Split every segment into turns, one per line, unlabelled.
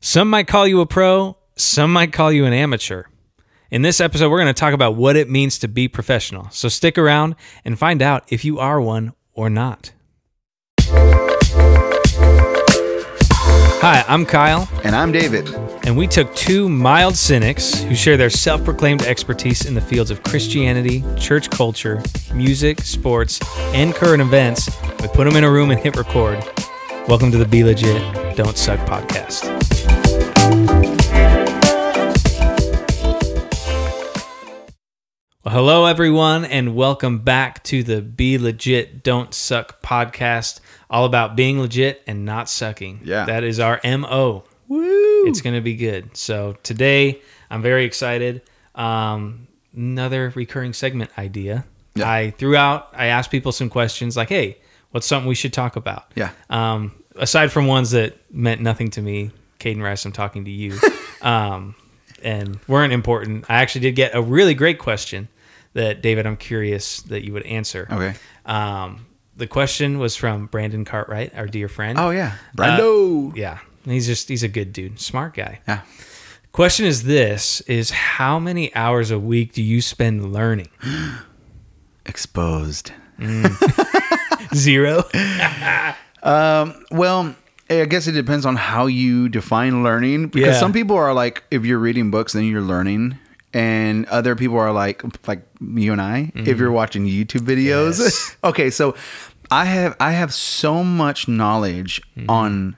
Some might call you a pro, some might call you an amateur. In this episode, we're going to talk about what it means to be professional. So stick around and find out if you are one or not. Hi, I'm Kyle,
And I'm David.
and we took two mild cynics who share their self proclaimed expertise in the fields of Christianity, church culture, music, sports, and current events. We put them in a room and hit record. Welcome to the Be Legit, Don't Suck podcast. Well, hello, everyone, and welcome back to the Be Legit, Don't Suck podcast, all about being legit and not sucking.
Yeah.
That is our MO. Woo! It's going to be good. So, today, I'm very excited. Um, another recurring segment idea.
Yeah.
I threw out, I asked people some questions like, hey, what's something we should talk about?
Yeah.
Um, aside from ones that meant nothing to me, Caden Rice, I'm talking to you, um, and weren't important. I actually did get a really great question that David, I'm curious that you would answer.
Okay.
Um, the question was from Brandon Cartwright, our dear friend.
Oh yeah.
uh,
Brando.
yeah. He's just he's a good dude, smart guy.
yeah.
Question is this: is how many hours a week do you spend learning?
Exposed.
Zero.
Well, I guess it depends on how you define learning because
Yeah.
some people are like if you're reading books then you're learning and other people are like like you and I if you're watching YouTube videos.
Mm-hmm. Yes.
okay, so I have I have so much knowledge
Mm-hmm.
on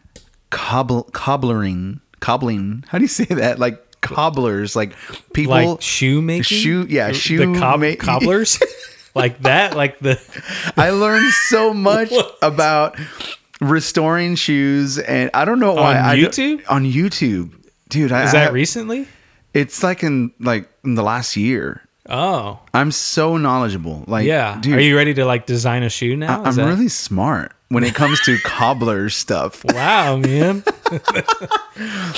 cobble cobblering cobbling. How do you say that? Like cobblers, like people
like shoemaking.
shoe- yeah,
The-
shoe
The cob-
ma-
cobblers. like that. Like the.
I learned so much
What?
about restoring shoes, and I don't know why.
On
I don't-
YouTube?
on YouTube, dude. I,
Is
I
that
have-
recently?
It's like in like in the last year.
Oh,
I'm so knowledgeable. Like,
yeah.
dude.
Are you ready to like design a shoe
I,
now?
am
Is that-
really smart when it comes to cobbler stuff.
Wow, man.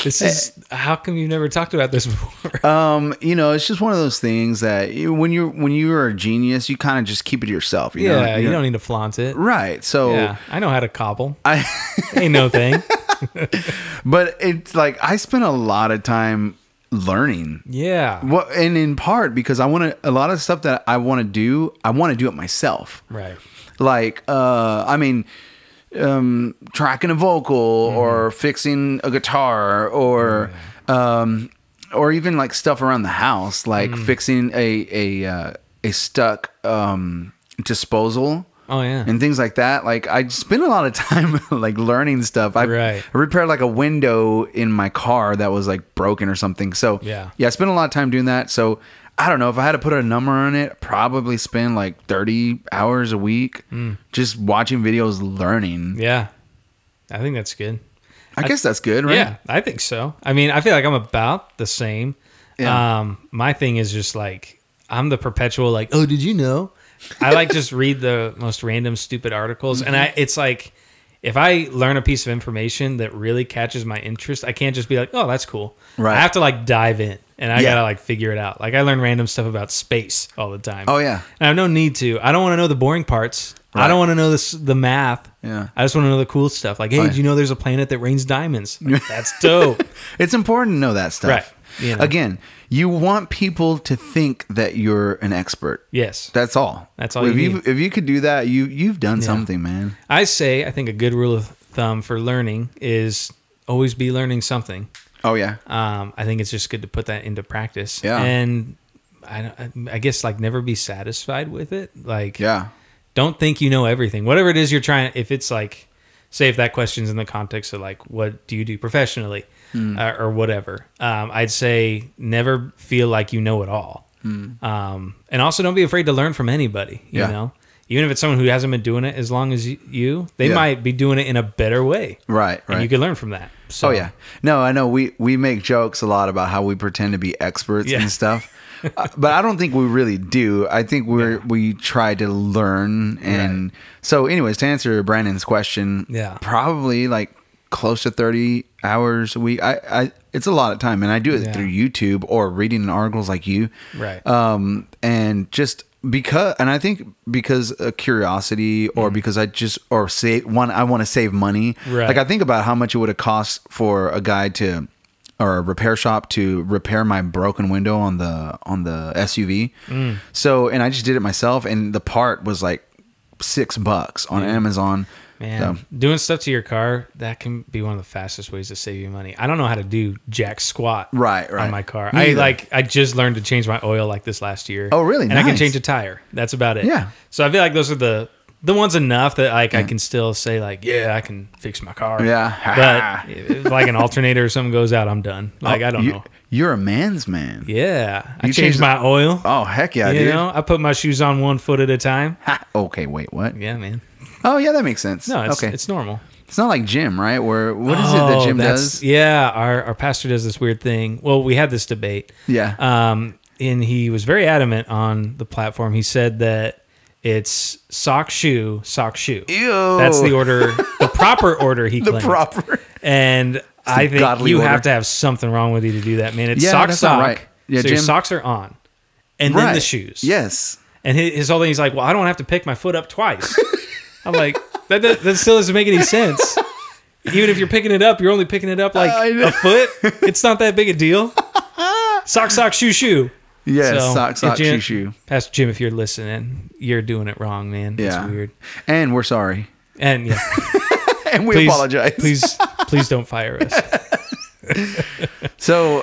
this is how come you never talked about this before?
Um, you know, it's just one of those things that you- when you're when you are a genius, you kind of just keep it to yourself. You know?
yeah, you don't need to flaunt it.
Right. So
Yeah, I know how to cobble.
I.
Ain't no thing.
But it's like I spent a lot of time learning.
Yeah,
What and in part because I want to a lot of stuff that I want to do, I want to do it myself.
right.
Like, uh, I mean, um, tracking a vocal or fixing a guitar or, um, or even like stuff around the house, like fixing a a uh, a stuck um disposal
Oh yeah.
and things like that. Like I spend a lot of time like learning stuff. I,
Right.
I repaired like a window in my car that was like broken or something. So
Yeah.
yeah, I spent a lot of time doing that. So I don't know if I had to put a number on it, probably spend like 30 hours a week
Hmm.
just watching videos, learning.
yeah, I think that's good.
I guess that's good, right?
Yeah, I think so. I mean, I feel like I'm about the same.
Yeah.
Um, my thing is just like I'm the perpetual like, oh, did you know? I like just read the most random stupid articles, and
Mm-hmm.
I it's like if I learn a piece of information that really catches my interest, I can't just be like, oh, that's cool.
Right.
I have to like dive in, and I
Yeah.
gotta like figure it out. Like I learn random stuff about space all the time.
Oh, yeah.
And I have no need to. I don't want to know the boring parts. I
Right.
don't want to know this the math.
Yeah.
I just want to know the cool stuff. Like, hey,
Right.
do you know there's a planet that rains diamonds? Like, That's dope.
It's important to know that stuff.
Right. You know.
Again, you want people to think that you're an expert.
yes.
That's all.
That's all
If
you
you
need.
if you could do that, you you've done something, man.
I say I think a good rule of thumb for learning is always be learning something.
Oh yeah.
Um, I think it's just good to put that into practice.
Yeah.
And I, don't- I guess like never be satisfied with it. Like
Yeah.
don't think you know everything. Whatever it is you're trying, if it's like, say, if that question's in the context of like, what do you do professionally
Hmm.
uh, or whatever, um, I'd say never feel like you know it all. Um, and also don't be afraid to learn from anybody, you
Hmm. Yeah.
know? Even if it's someone who hasn't been doing it as long as y- you, they
Yeah.
might be doing it in a better way.
Right, right.
And you can learn from that. So,
Oh yeah. No, I know we we make jokes a lot about how we pretend to be experts
Yeah.
and stuff. Uh, but I don't think we really do. I think we're we try to learn and so anyways, to answer Brandon's question,
Yeah.
probably like close to 30 hours a week. I I it's a lot of time and I do it
Yeah.
through YouTube or reading articles like you.
Right.
Um and just because and I think because of curiosity or because I just or save one I want to save money.
Mm-hmm. Right.
Like I think about how much it would have cost for a guy to or a repair shop to repair my broken window on the on the SUV.
Mm.
So and I just did it myself, and the part was like six bucks on Amazon.
Man,
So,
doing stuff to your car that can be one of the fastest ways to save you money. I don't know how to do jack squat
Right, right.
on my car.
Me
I
either.
like I just learned to change my oil like this last year.
Oh, really?
And I can
Nice.
change a tire. That's about it.
Yeah.
So I feel like those are the the ones enough that like I can still say like yeah I can fix my car.
yeah,
But if, like an alternator or something goes out, I'm done. Like I don't
you,
know.
You're a man's man.
Yeah, I
You
changed
changed
my oil.
Oh heck yeah,
you
dude.
know, I put my shoes on one foot at a time.
Ha, okay, wait, what?
Yeah, man.
Oh yeah, that makes sense.
No, it's
okay,
it's normal.
It's not like Jim, right? Where what is it
Oh,
that Jim does?
Yeah, our, our pastor does this weird thing. Well, we had this debate.
Yeah.
Um, and he was very adamant on the platform. He said that it's sock shoe, sock shoe.
Ew.
That's the order, the proper order he
The
claimed.
proper.
And I think
godly
you
order.
have to have something wrong with you to do that, man. It's
Yeah,
sock
that's not
sock.
right. Yeah,
so your
Jim-
socks are on. And then the shoes.
Yes.
And his, his whole thing, he's like, "Well, I don't have to pick my foot up twice." I'm like, that, that that still doesn't make any sense. Even if you're picking it up, you're only picking it up like
I know.
a foot. It's not that big a deal. Sock, sock, shoe, shoe.
Yes.
So,
sock, sock,
Jim,
shoe, shoe.
Pastor Jim, if you're listening, you're doing it wrong, man.
Yeah.
It's weird.
And we're sorry.
And yeah,
And we
please,
apologize.
Please, please don't fire us.
So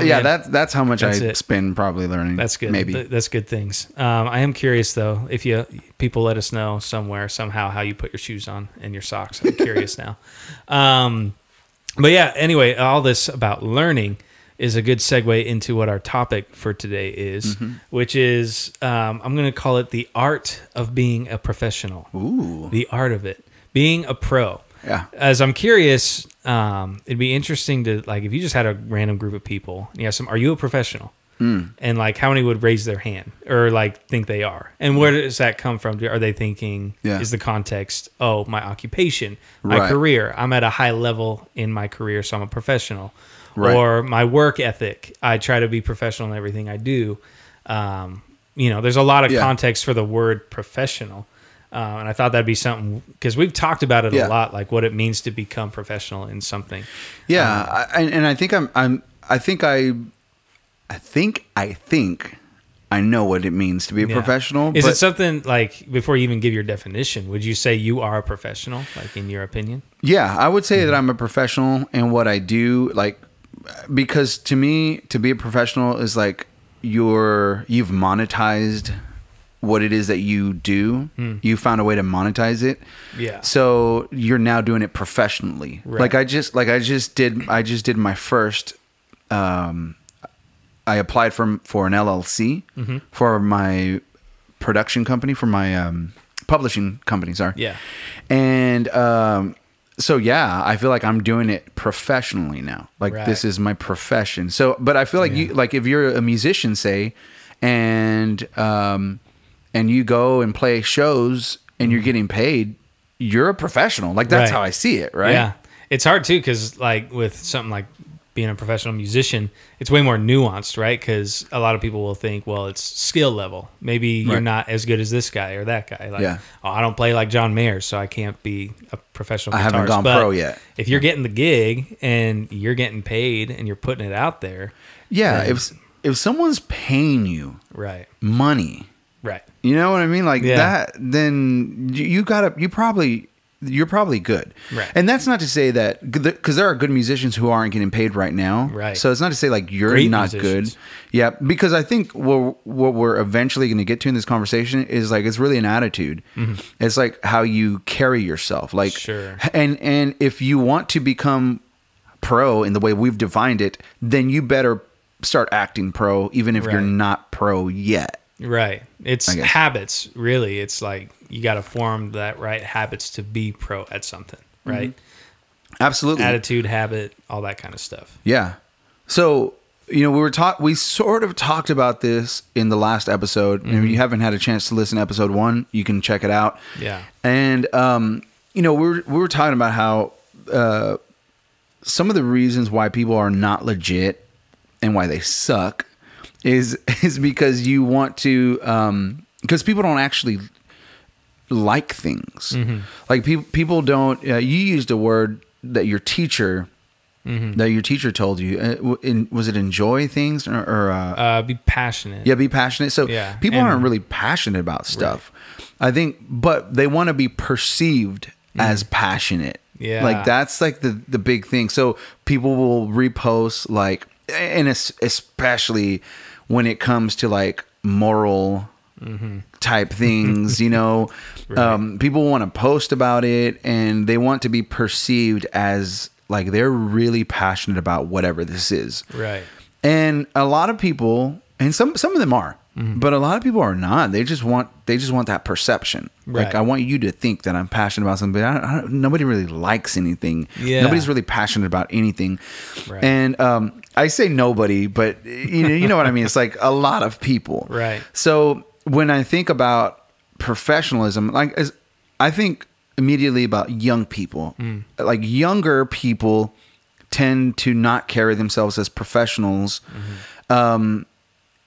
Oh,
yeah,
man.
that's that's how much
That's
I
it.
spend probably learning.
That's good.
Maybe.
Th- that's good things. Um, I am curious though, if you people let us know somewhere somehow how you put your shoes on and your socks. I'm curious now. Um, but yeah, anyway, all this about learning is a good segue into what our topic for today is, which is um, I'm going to call it the art of being a professional.
Ooh.
The art of it, being a pro.
Yeah.
As I'm curious, um, it'd be interesting to like if you just had a random group of people. and You have some. Are you a professional?
Hmm.
And like, how many would raise their hand or like think they are? And where does that come from? Are they thinking?
Yeah.
Is the context? Oh, my occupation, my
Right.
career. I'm at a high level in my career, so I'm a professional.
Right.
Or my work ethic. I try to be professional in everything I do. Um, you know, there's a lot of
Yeah.
context for the word professional. Uh, and I thought that'd be something because we've talked about it
Yeah.
a lot, like what it means to become professional in something.
Yeah.
Uh-huh.
I, and, and I think I'm I'm I think I I think I think I know what it means to be a
Yeah.
professional.
Is
but
it something like before you even give your definition? Would you say you are a professional, like in your opinion?
Yeah, I would say that I'm a professional in what I do, like because to me, to be a professional is like you're you've monetized what it is that you do. You found a way to monetize it.
Yeah.
So you're now doing it professionally.
Right.
Like I just like I just did I just did my first um I applied for for an LLC
Mm-hmm.
for my production company for my um publishing company, sorry.
Yeah.
And um, so yeah, I feel like I'm doing it professionally now. Like
Right.
this is my profession. So, but I feel like you like if you're a musician, say, and um, and you go and play shows and you're getting paid, you're a professional. Like that's
Mm-hmm. Right.
how I see it, right?
Yeah, it's hard too because like with something like being a professional musician, it's way more nuanced, right? Because a lot of people will think, well, it's skill level. Maybe you're
Right.
not as good as this guy or that guy. Like,
Yeah.
oh, I don't play like John Mayer, so I can't be a professional.
I haven't
guitarist."
gone
But
pro yet.
If you're getting the gig and you're getting paid and you're putting it out there,
Yeah.
Right.
If if someone's paying you
right,
money,
right,
You know what I mean? Like
Yeah.
that, then you- you gotta, you probably, you're probably good.
Right.
And that's not to say that, because there are good musicians who aren't getting paid right now.
Right.
So it's not to say like you're
Great
not
musicians.
good. Yeah. Because I think what, what we're eventually going to get to in this conversation is like, it's really an attitude. It's like how you carry yourself. Like,
Mm-hmm. Sure.
and, and if you want to become pro in the way we've defined it, then you better start acting pro, even if you're
Right.
not pro yet.
right. It's
I guess.
habits, really. It's like you got to form that right habits to be pro at something, right?
Mm-hmm. Absolutely.
Attitude, habit, all that kind of stuff.
Yeah. So, you know, we were taught, we sort of talked about this in the last episode. And if you haven't had a chance to listen to episode one, you can check it out.
Yeah.
And, um, you know, we were, we were talking about how uh, some of the reasons why people are not legit and why they suck is is because you want to um because people don't actually like things like people people don't uh, you used a word that your teacher that your teacher told you. Uh, w- in, was it enjoy things or, or uh,
Uh, be passionate.
yeah, be passionate. So
Yeah,
people
and-
aren't really passionate about stuff. I think, but they want to be perceived as
Mm.
passionate.
Yeah.
like that's like the the big thing. So people will repost like, and es- especially when it comes to like moral.
Mm-hmm.
Type things, you know, um, people want to post about it and they want to be perceived as like they're really passionate about whatever this is
Right.
and a lot of people and some some of them are
Mm-hmm.
but a lot of people are not they just want they just want that perception like
Right.
i want you to think that i'm passionate about something but I don't, I don't, nobody really likes anything
Yeah.
nobody's really passionate about anything
Right.
and um, i say nobody but you know, you know what i mean it's like a lot of people
Right.
so when i think about professionalism like as, i think immediately about young people like younger people tend to not carry themselves as professionals Um,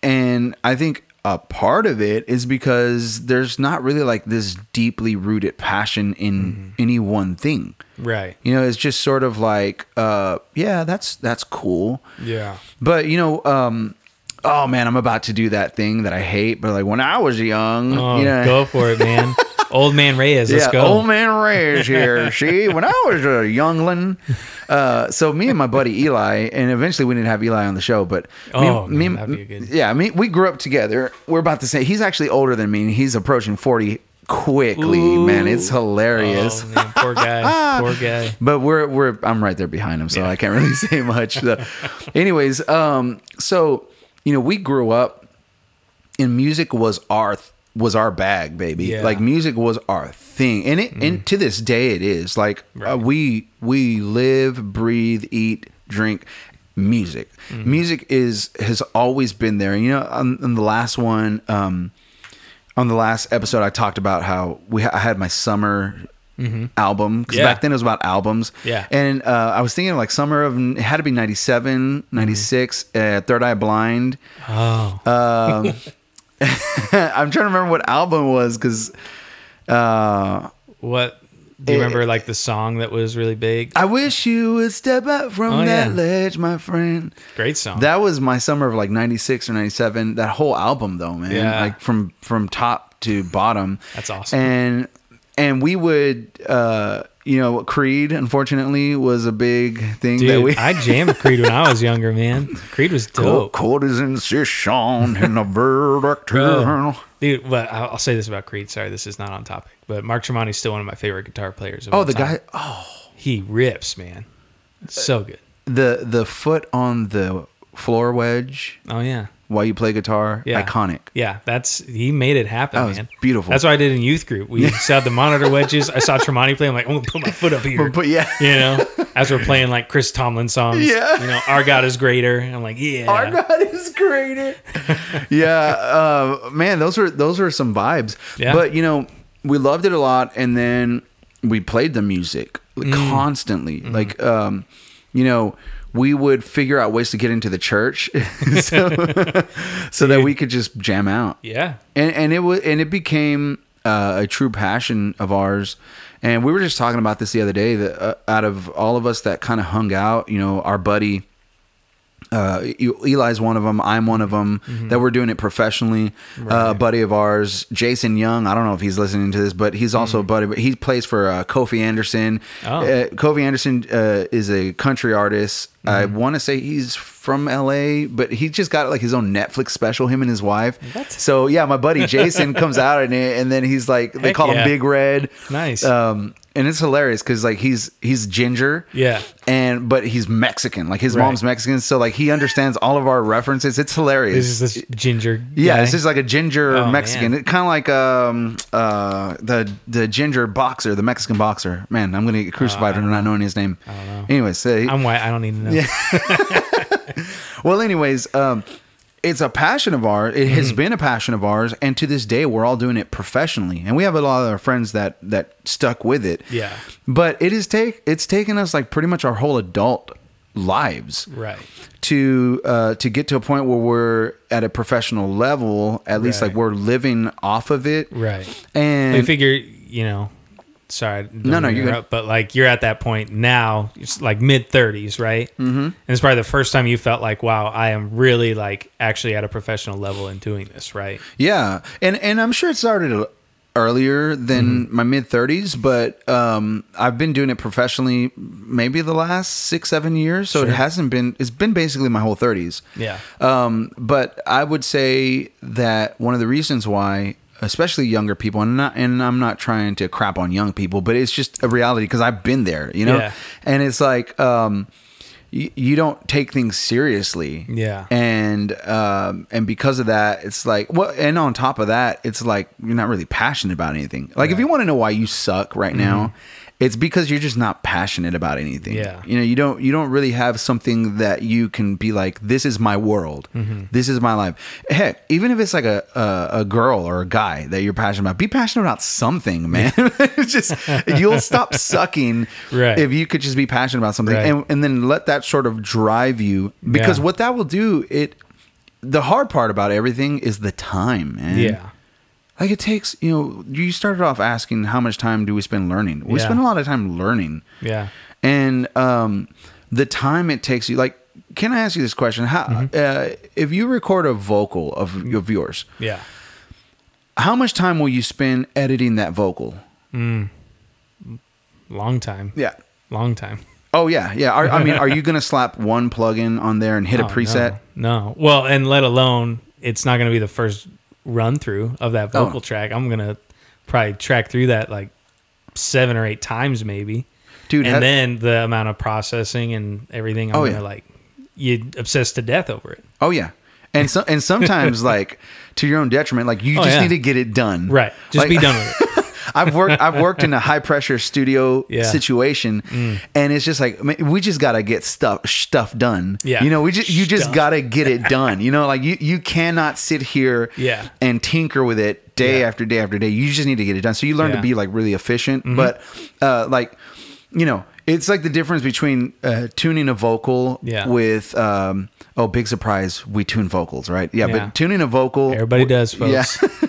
and I think a part of it is because there's not really like this deeply rooted passion in any one thing.
Right.
You know, it's just sort of like, uh, yeah, that's that's cool.
Yeah.
But you know, um, oh man, I'm about to do that thing that I hate. But like when I was young,
Oh,
you know,
go for it, man. Old man Reyes,
yeah,
let's go.
old man Ray is here. See, when I was a younglin, uh, so me and my buddy Eli, and eventually we didn't have Eli on the show, but me,
Oh,
me-
man, that'd be a good-
yeah, me, we grew up together. We're about the same. He's actually older than me, and he's approaching forty quickly.
Ooh.
Man, it's hilarious.
Oh, man, poor guy. poor guy.
But we're we're I'm right there behind him, so I can't really say much. So, anyways, um, so you know, we grew up, and music was our th- was our bag, baby.
Yeah. Mm.
Like music was our thing, and it and to this day it is. Like
Right.
uh, we we live, breathe, eat, drink music.
Mm-hmm.
Music is has always been there. You know, on, on the last one. Um, on the last episode, I talked about how we I had my summer album because
Mm-hmm. Yeah.
back then it was about albums.
Yeah.
and uh, I was thinking like summer of it had to be 97,
Mm-hmm.
96, uh, Third Eye Blind.
Oh,
Uh, I'm trying to remember what album it was because uh,
what? Do you
it-
remember like the song that was really big?
I wish you would step up from
Oh,
that
yeah.
ledge, my friend.
Great song.
That was my summer of like 96 or 97. That whole album though, man.
Yeah.
Like from from top to bottom.
That's awesome.
And and we would uh you know, Creed unfortunately was a big thing that
Dude,
we
I jammed Creed when I was younger, man. Creed was
Cold-
dope.
cold is incision in the verdict.
Bro. Dude, but I- I'll say this about Creed. Sorry, this is not on topic. But Mark Tremonti's still one of my favorite guitar players. Of
Oh,
all
the
time.
guy oh
He rips, man. So good.
the the foot on the floor wedge
Oh, yeah.
while you play guitar.
Yeah.
Iconic.
Yeah, that's he made it happen,
That was
man.
beautiful.
That's what I did in youth group. We saw the monitor wedges. I saw Tremonti play. I'm like, I'm gonna put my foot up here.
But yeah.
you know, as we're playing like Chris Tomlin songs.
Yeah.
You know, our God is greater. I'm like, yeah.
Our God is greater. yeah, uh, man, those were those were some vibes.
Yeah.
But you know, we loved it a lot, and then we played the music like, constantly. Like, um, you know, we would figure out ways to get into the church, so, so that we could just jam out.
yeah.
And and it was and it became uh, a true passion of ours. And we were just talking about this the other day that uh, out of all of us that kind of hung out, you know, our buddy uh, E- Eli's one of them. I'm one of them. That we're doing it professionally. Uh, a buddy of ours, Jason Young. I don't know if he's listening to this, but he's also a buddy. But he plays for uh, Kofi Anderson.
Oh.
Uh, Kofi Anderson uh, is a country artist. I want to say he's from LA, but he just got like his own Netflix special. Him and his wife.
What?
So yeah, my buddy Jason comes out in it, and then he's like they
Heck
call him
yeah.
Big Red.
Nice.
Um, and it's hilarious because like he's he's ginger
Yeah.
and but he's Mexican. Like his
Right.
mom's Mexican, so like he understands all of our references. It's
This
hilarious.
is this ginger.
yeah,
guy.
it's just like a ginger
Oh,
Mexican.
man.
It kind of like um uh the the ginger boxer, the Mexican boxer. Man, I'm gonna get
Uh,
crucified for not knowing his name. I don't know. Anyways, so he-
I'm white. I don't need to know.
well, anyways, um, it's a passion of ours. It
Mm-hmm.
has been a passion of ours, and to this day, we're all doing it professionally. And we have a lot of our friends that that stuck with it.
Yeah.
but it is take it's taken us like pretty much our whole adult lives
Right.
to uh, to get to a point where we're at a professional level. At least
Right.
like we're living off of it.
Right.
And
I figure, you know, sorry, I don't
No,
mean
no,
to
you're good.
interrupt, but like you're at that point now, it's like mid 30s, right? Mm-hmm. And it's probably the first time you felt like, wow, I am really like actually at a professional level in doing this, right?
Yeah, and and I'm sure it started a- earlier than
Mm-hmm.
my mid 30s, but um, I've been doing it professionally maybe the last six seven years, so it hasn't been. It's been basically my whole 30s.
Yeah.
Um, but I would say that one of the reasons why, especially younger people, and not, and I'm not trying to crap on young people, but it's just a reality because I've been there, you know.
Yeah.
And it's like um, you, you don't take things seriously,
Yeah.
and um, and because of that, it's like well, and on top of that, it's like you're not really passionate about anything. Like if you want to know why you suck right now. It's because you're just not passionate about anything
Mm-hmm. Yeah.
you know you don't you don't really have something that you can be like this is my world
Mm-hmm.
this is my life heck even if it's like a, a a girl or a guy that you're passionate about be passionate about something man it's just you'll stop sucking
Right.
if you could just be passionate about something
Right.
and, and then let that sort of drive you because
Yeah.
what that will do it the hard part about everything is the time man
Yeah.
like it takes you know you started off asking how much time do we spend learning we
Yeah.
spend a lot of time learning
Yeah.
and um, the time it takes you like can i ask you this question how
Mm-hmm.
uh, if you record a vocal of, of yours
Yeah.
how much time will you spend editing that vocal
Long time.
yeah
Long time.
oh yeah yeah are, i mean are you gonna slap one plugin on there and hit a
Oh,
preset
No, no. Well, and let alone it's not going to be the first run through of that
Oh.
vocal track. I'm going to probably track through that like seven or eight times maybe.
dude
and
have-
then the amount of processing and everything I'm
Oh,
going
yeah.
to like you obsess to death over it.
oh yeah and so, and sometimes like to your own detriment like you
Oh,
just
yeah.
need to get it done
Right. Just
Like-
be done with it.
I've worked I've worked in a high pressure studio
Yeah. Mm.
situation, and it's just like man, we just gotta get stuff stuff done.
Yeah.
you know, we just you just
Stuff.
gotta get it done. You know, like you you cannot sit here
Yeah.
and tinker with it day
Yeah.
after day after day. You just need to get it done. So you learn to
Yeah. Mm-hmm.
be like really efficient, but uh, like you know. It's like the difference between uh, tuning a vocal
Yeah.
with um, oh big surprise we tune vocals right yeah,
Yeah.
but tuning a vocal
Everybody does, folks.
yeah.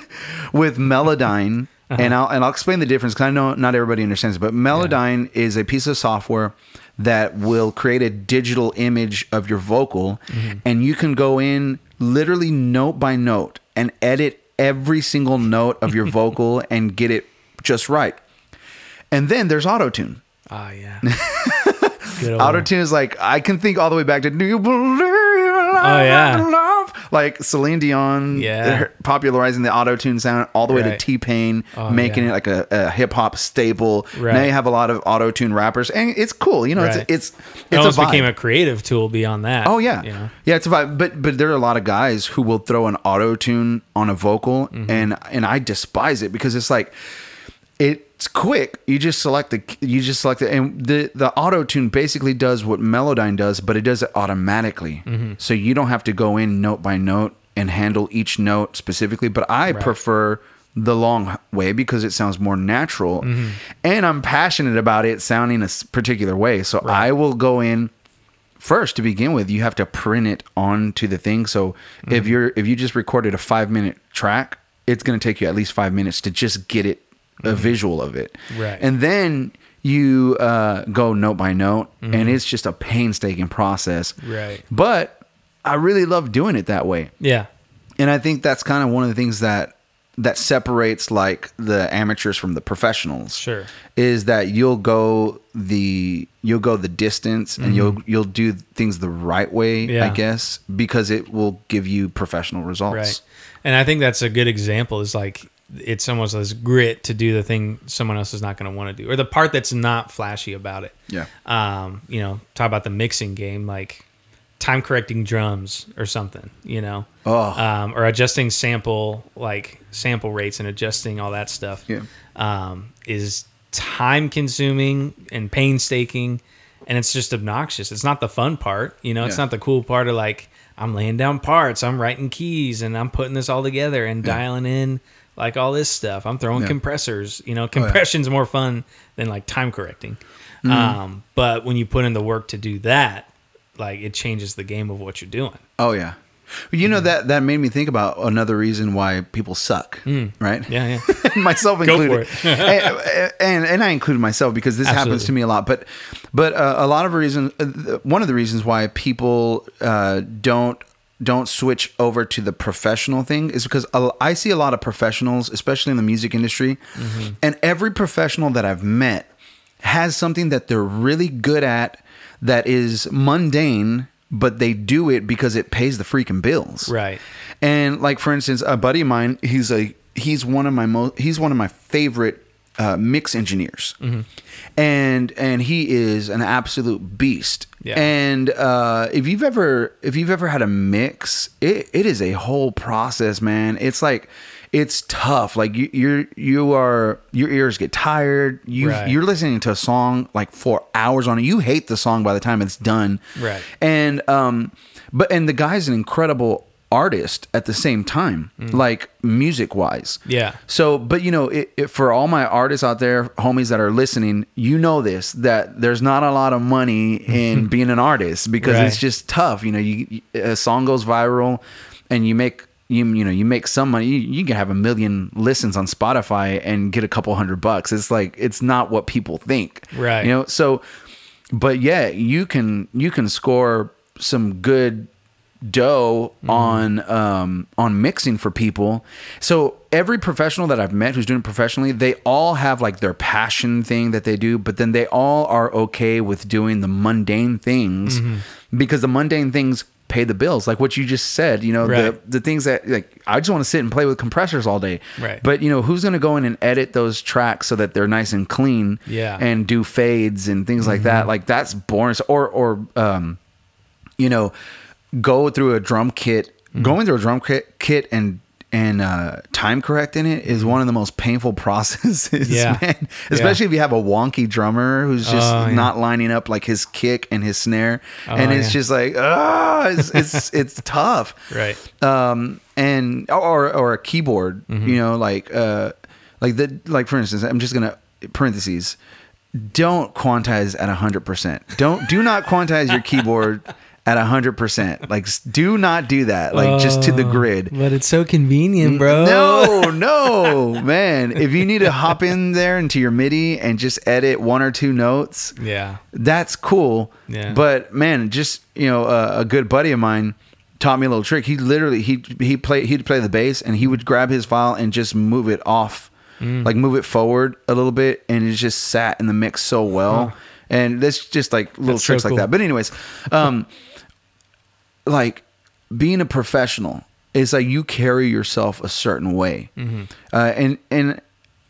with Melodyne, and I'll and I'll explain the difference because I know not everybody understands. it, But Melodyne is a piece of software that will create a digital image of your vocal, and you can go in literally note by note and edit every single note of your vocal and get it just right. And then there's auto tune.
Ah, yeah. Good old-
Auto tune is like I can think all the way back to Do you believe in
Oh, yeah.
love? Like Celine Dion,
Yeah.
her- popularizing the auto tune sound all the way to
Right.
T Pain,
Oh,
making
yeah.
it like a, a hip hop staple. Now
Right.
you have a lot of auto tune rappers, and it's cool. You know,
Right.
it's it's it's
it almost
a vibe.
became a creative tool beyond that.
Oh yeah,
You know?
yeah, it's a vibe. But but there are a lot of guys who will throw an auto tune on a vocal, and and I despise it because it's like it's quick. You just select the you just select it, and the the auto tune basically does what Melodyne does, but it does it automatically, so you don't have to go in note by note and handle each note specifically. But I prefer the long way because it sounds more natural and i'm passionate about it sounding a s- particular way so i will go in first to begin with you have to print it onto the thing so
Mm-hmm.
if you're if you just recorded a five minute track it's going to take you at least five minutes to just get it a visual of it
Mm-hmm. Right.
and then you uh, go note by note and it's just a painstaking process
Mm-hmm. Right.
but i really love doing it that way
Yeah.
and i think that's kind of one of the things that that separates like the amateurs from the professionals
Sure.
is that you'll go the you'll go the distance and you'll you'll do things the right way i
Mm-hmm. Yeah.
guess because it will give you professional results
Right. And I think that's a good example is like it's almost this grit to do the thing someone else is not going to want to do or the part that's not flashy about it.
yeah
Um, you know, talk about the mixing game like time correcting drums or something, you know.
Oh.
Um, or adjusting sample like sample rates and adjusting all that stuff.
Yeah.
Um, is time consuming and painstaking and it's just obnoxious. It's not the fun part, you know, it's
Yeah.
not the cool part of like I'm laying down parts, I'm writing keys, and I'm putting this all together and dialing in like all this stuff. I'm throwing
Yeah. Mm-hmm.
compressors. You know, compression's more fun than like time correcting. Um, but when you put in the work to do that, like it changes the game of what you're doing.
oh yeah You
mm-hmm.
know that that made me think about another reason why people suck,
Mm.
right?
Yeah, yeah.
myself
Go for
included, and, and and I included myself because this happens
Absolutely.
to me a lot. But but uh, a lot of reasons, uh, one of the reasons why people uh, don't don't switch over to the professional thing is because a- I see a lot of professionals, especially in the music industry,
Mm-hmm.
and every professional that I've met has something that they're really good at that is mundane, but they do it because it pays the freaking bills.
Right.
And like for instance, a buddy of mine, he's a he's one of my most he's one of my favorite uh, mix engineers,
Mm-hmm.
and and he is an absolute beast.
Yeah.
And uh, if you've ever if you've ever had a mix, it, it is a whole process, man. It's like it's tough. Like you you're you are your ears get tired. You
Right.
you're listening to a song like for hours on it. You hate the song by the time it's done
Right.
and um but and the guy's an incredible artist at the same time like music wise
Mm. Yeah.
so but you know it, it, for all my artists out there homies that are listening you know this that there's not a lot of money in being an artist because it's
Right.
just tough you know you, you- a song goes viral and you make you, you know you make some money you, you can have a million listens on spotify and get a couple hundred bucks it's like it's not what people think
Right.
you know so but yeah you can you can score some good dough
Mm-hmm.
on um on mixing for people so every professional that i've met who's doing it professionally they all have like their passion thing that they do but then they all are okay with doing the mundane things
Mm-hmm.
because the mundane things pay the bills like what you just said you know
Right.
the the things that like i just want to sit and play with compressors all day
Right.
but you know who's going to go in and edit those tracks so that they're nice and clean
Yeah. Mm-hmm.
and do fades and things like that. Like that's boring. So- Or or um, you know, go through a drum kit.
Mm-hmm.
Going through a drum kit kit and and uh, time correcting it is one of the most painful processes,
Mm-hmm. Yeah.
man. Especially if you have a wonky drummer who's just
Oh, yeah.
not lining up like his kick and his snare, and
Oh,
it's
yeah.
just like ah, it's it's, it's tough,
Right.
um and or or a keyboard you know like uh like the like for instance i'm just gonna parentheses don't quantize at 100% don't do not quantize your keyboard at 100% like s- do not do that like just to the grid
Uh, But it's so convenient, Oh. bro.
no, no, man. If you need to hop in there into your MIDI and just edit one or two notes,
Yeah.
that's cool.
Yeah.
But man, just you know, uh, a good buddy of mine taught me a little trick. He literally he he play he'd play the bass and he would grab his file and just move it off,
Mm.
like move it forward a little bit, and it just sat in the mix so well. And that's just like little
That's so
tricks like
cool.
that. But anyways, um, like being a professional is like you carry yourself a certain way, uh, and and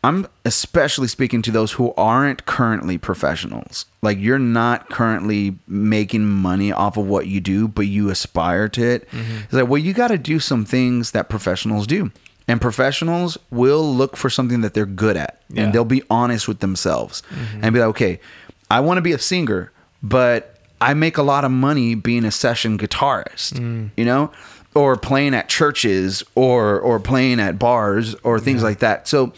I'm especially speaking to those who aren't currently professionals. Like you're not currently making money off of what you do, but you aspire to it. It's like well, you got to do some things that professionals do, and professionals will look for something that they're good at,
Yeah.
and they'll be honest with themselves
Mm-hmm.
and be like, okay, I want to be a singer, but I make a lot of money being a session guitarist,
Mm.
you know, or playing at churches or or playing at bars or things like that. So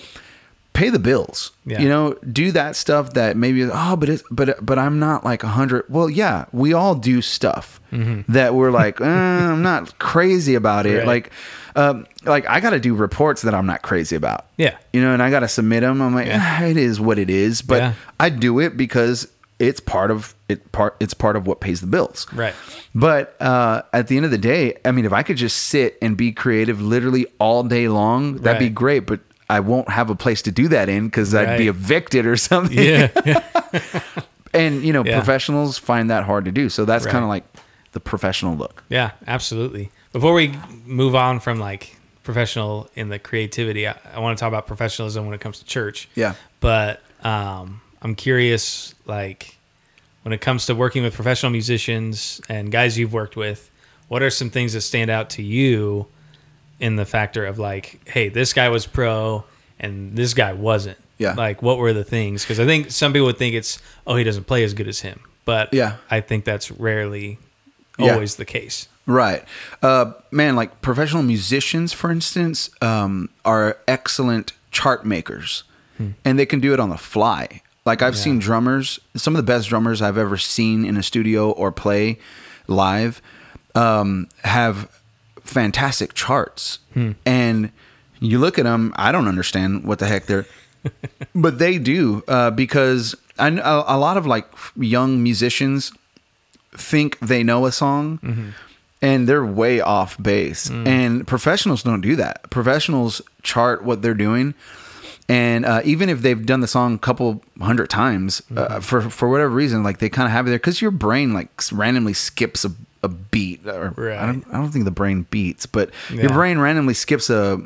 pay the bills.
Yeah.
You know, do that stuff that maybe oh, but it's but but I'm not like a hundred. Well, yeah, we all do stuff that we're like eh, I'm not crazy about it.
Mm-hmm. Right.
Like, um, like I got to do reports that I'm not crazy about
Yeah.
you know, and I got to submit them. I'm like, "Ah, it is what it is, but
Yeah.
I do it because it's part of it. Part it's part of what pays the bills,
Right.
But uh, at the end of the day, I mean, if I could just sit and be creative literally all day long, that'd be
Right.
great. But I won't have a place to do that in because I'd be
Right.
evicted or something.
Yeah.
and you know,
Yeah.
professionals find that hard to do. So that's
Right.
kind of like the professional look.
Yeah, absolutely. Before we move on from like professional in the creativity, I, I want to talk about professionalism when it comes to church.
Yeah.
But um, I'm curious, like, when it comes to working with professional musicians and guys you've worked with, what are some things that stand out to you in the factor of like, hey, this guy was pro and this guy wasn't?
Yeah.
Like, what were the things? Because I think some people would think it's, oh, he doesn't play as good as him. But
Yeah.
I think that's rarely
Yeah.
always the case.
Right. Uh, man, like professional musicians, for instance, um, are excellent chart makers and they can do it on the fly. Like I've seen drummers, some of the best drummers I've ever seen in a studio or play live um, have fantastic charts, and you look at them. I don't understand what the heck they're, but they do uh, because I kn- a a lot of like f- young musicians think they know a song
Mm-hmm.
and they're way off base.
Mm.
And professionals don't do that. Professionals chart what they're doing. And uh, even if they've done the song a couple hundred times,
Mm-hmm.
uh, for for whatever reason, like they kind of have it there because your brain like s- randomly skips a, a beat, or I
Right.
don't I don't think the brain beats, but your
Yeah.
brain randomly skips a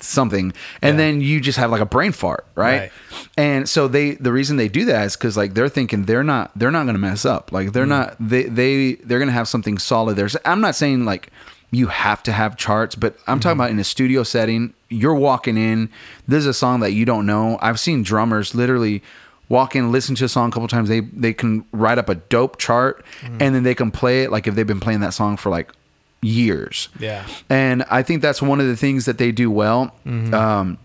something, and then you just have like a brain fart, right?
Right.
And so they the reason they do that is because like they're thinking they're not they're not gonna mess up, like they're not they they they're gonna have something solid. There's I'm not saying like you have to have charts, but I'm talking about in a studio setting. You're walking in. This is a song that you don't know. I've seen drummers literally walk in, listen to a song a couple times. They they can write up a dope chart, and then they can play it like if they've been playing that song for like years.
Yeah. Mm-hmm.
And I think that's one of the things that they do well. Um,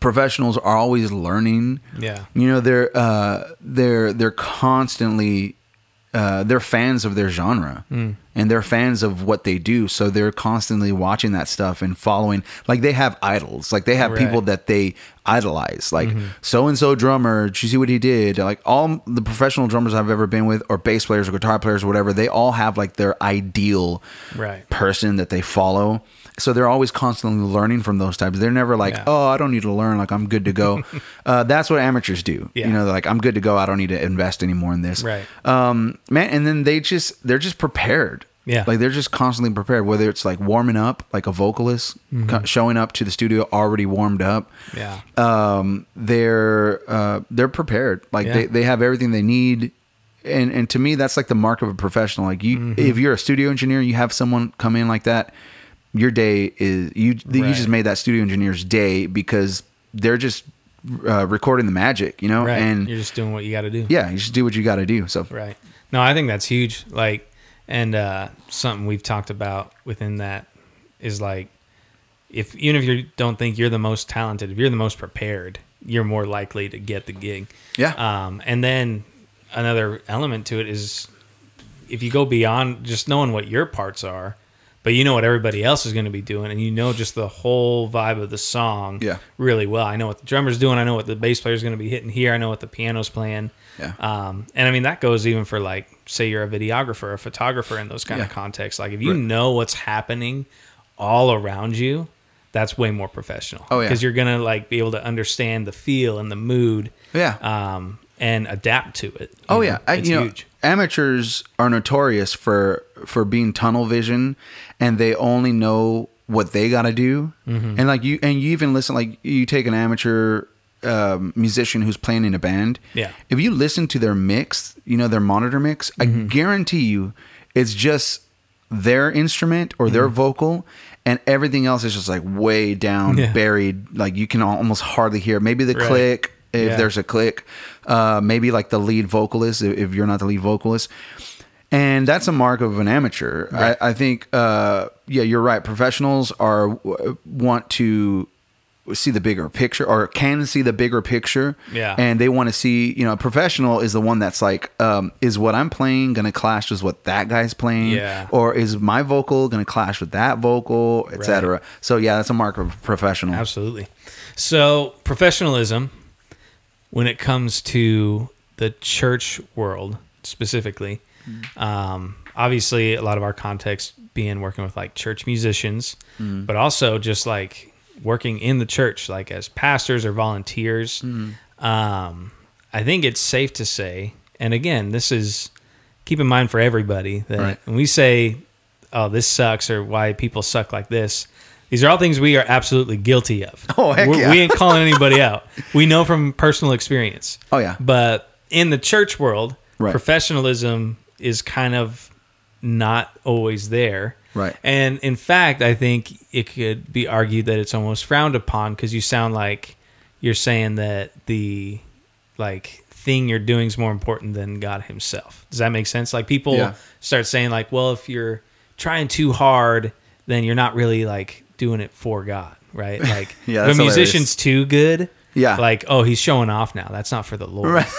professionals are always learning.
Yeah.
You know, they're uh, they're they're constantly uh, they're fans of their genre.
Mm.
And they're fans of what they do, so they're constantly watching that stuff and following. Like they have idols, like they have
Right. Mm-hmm.
people that they idolize. Like so and so drummer, did you see what he did? Like all the professional drummers I've ever been with, or bass players, or guitar players, or whatever, they all have like their ideal
Right.
person that they follow. So they're always constantly learning from those types. They're never like,
Yeah.
oh, I don't need to learn. Like I'm good to go. uh, that's what amateurs do.
Yeah.
You know, they're like I'm good to go. I don't need to invest anymore in this.
Right.
Um, man, and then they just they're just prepared.
Yeah.
Like they're just constantly prepared. Whether it's like warming up, like a vocalist
Mm-hmm.
co- showing up to the studio already warmed up.
Yeah.
Um, they're uh, they're prepared. Like
Yeah.
they they have everything they need. And and to me, that's like the mark of a professional. Like you,
Mm-hmm.
if you're a studio engineer, you have someone come in like that. Your day is you. You
Right.
just made that studio engineer's day because they're just uh, recording the magic, you know.
Right.
And
You're just doing what you got to do.
yeah, you just do what you got to do. So
Right. No, I think that's huge. Like, and uh, something we've talked about within that is like, if even if you don't think you're the most talented, if you're the most prepared, you're more likely to get the gig.
Yeah.
Um, and then another element to it is if you go beyond just knowing what your parts are, but you know what everybody else is going to be doing, and you know just the whole vibe of the song
Yeah.
really well. I know what the drummer's doing. I know what the bass player's going to be hitting here. I know what the piano's playing.
Yeah.
Um, and I mean that goes even for like say you're a videographer, a photographer in those kind
Yeah.
of contexts. Like if you know what's happening all around you, that's way more professional.
Oh, yeah.
Because you're gonna like be able to understand the feel and the mood.
Yeah.
Um, and adapt to it.
Oh
You
yeah,
know,
I,
it's
you know,
huge.
amateurs are notorious for for being tunnel vision, and they only know what they got to do.
Mm-hmm.
And like you, and you even listen like you take an amateur um, musician who's playing in a band.
Yeah.
if you listen to their mix, you know their monitor mix.
Mm-hmm.
I guarantee you, it's just their instrument or their
Mm-hmm.
vocal. And everything else is just like way down,
Yeah.
buried. Like you can al- almost hardly hear. Maybe the
Right.
click, if
Yeah.
there's a click uh, maybe like the lead vocalist if, if you're not the lead vocalist and that's a mark of an amateur I, I think uh, yeah you're right professionals are w- want to see the bigger picture or can see the bigger picture
Yeah.
and they want to see you know a professional is the one that's like um, is what i'm playing gonna clash with what that guy's playing
Yeah.
or is my vocal gonna clash with that vocal etc so yeah that's a mark of a professional
Absolutely. So professionalism, when it comes to the church world specifically, um, obviously a lot of our context being working with like church musicians, but also just like working in the church, like as pastors or volunteers. Um, I think it's safe to say, and again, this is keep in mind for everybody that
Right.
when we say, "Oh, this sucks," or "Why people suck like this," these are all things we are absolutely guilty of.
Oh, heck
We're-
yeah.
We ain't calling anybody out. We know from personal experience.
Oh, yeah.
But in the church world,
Right.
professionalism is kind of not always there.
Right.
And in fact, I think it could be argued that it's almost frowned upon because you sound like you're saying that the like thing you're doing is more important than God Himself. Does that make sense? Like people
Yeah.
start saying like, well, if you're trying too hard, then you're not really like doing it for God, right? Like
Yeah,
if
that's
a musician's too good,
Yeah.
like oh he's showing off now. That's not for the Lord.
Right.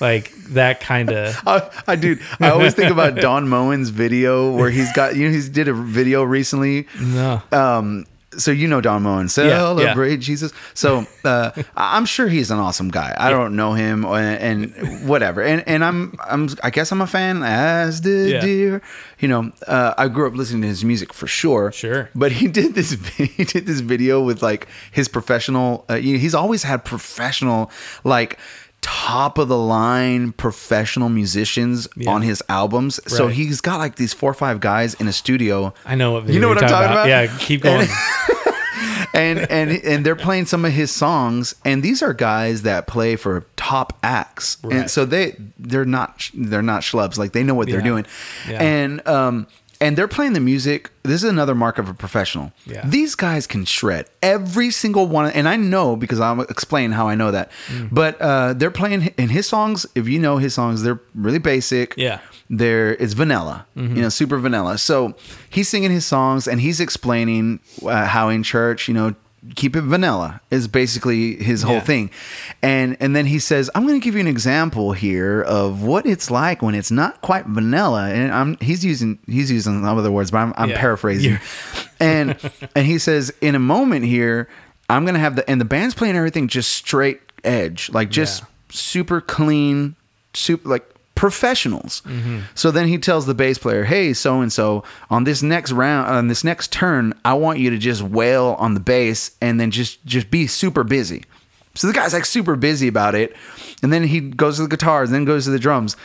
like that kind of
I, I dude, I always think about Don Moen's video where he's got you know he's did a video recently.
no.
Um, so you know Don Moen, celebrate Jesus. So uh, I- I'm sure he's an awesome guy. I don't know him or- and, and whatever. And and I'm I'm I guess I'm a fan as the
Yeah.
deer. You know, uh, I grew up listening to his music for sure.
Sure.
But he did this vi- he did this video with like his professional. Uh, you know, he's always had professional like top of the line professional musicians
Yeah.
on his albums. So
Right.
he's got like these four or five guys in a studio
I know what video
You know
you're
what I'm talking about?
Yeah, keep going.
and and and they're playing some of his songs and these are guys that play for top acts
Right.
and so they they're not they're not schlubs like they know what they're
Yeah.
doing
Yeah.
and um and they're playing the music this is another mark of a professional
Yeah.
these guys can shred every single one and i know because i'll explain how i know that
Mm.
but uh they're playing in his songs if you know his songs they're really basic
Yeah.
there it's vanilla
Mm-hmm.
you know super vanilla so he's singing his songs and he's explaining uh, how in church you know keep it vanilla is basically his whole
Yeah.
thing and and then he says i'm going to give you an example here of what it's like when it's not quite vanilla and i'm he's using he's using some other words but i'm, I'm
Yeah.
paraphrasing
You're-
and and he says in a moment here i'm going to have the and the band's playing everything just straight edge like just
Yeah.
super clean, super like professionals. So then he tells the bass player, "Hey, so and so, on this next round, on this next turn, I want you to just wail on the bass and then just just be super busy." So the guy's like super busy about it, and then he goes to the guitars, then goes to the drums,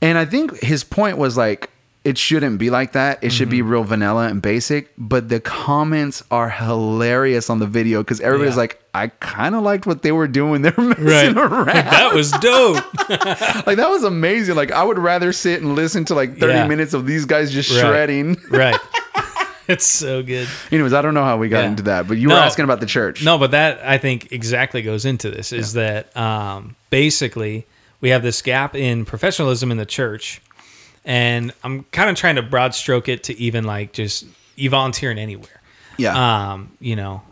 and I think his point was like. It shouldn't be like that. It should be real vanilla and basic. But the comments are hilarious on the video because everybody's
Yeah.
like, "I kind of liked what they were doing. They're messing
Right.
around."
that was dope.
like that was amazing. Like I would rather sit and listen to like 30
Yeah.
minutes of these guys just
Right.
shredding.
right. It's so good.
Anyways, I don't know how we got
Yeah.
into that, but you were
No.
asking about the church.
No, but that I think exactly goes into this is that um, basically we have this gap in professionalism in the church, and I'm kind of trying to broad stroke it to even like just you volunteering anywhere.
Yeah.
Um, you know,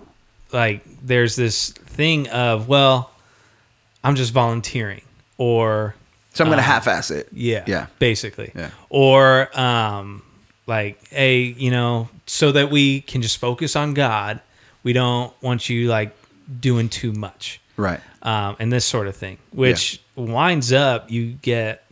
like there's this thing of well, I'm just volunteering, or
so I'm going to half-ass it.
uh, yeah.
Yeah.
Basically.
Yeah.
Or um like hey, you know, so that we can just focus on God. We don't want you like doing too much.
Right.
Um and this sort of thing, which winds up you get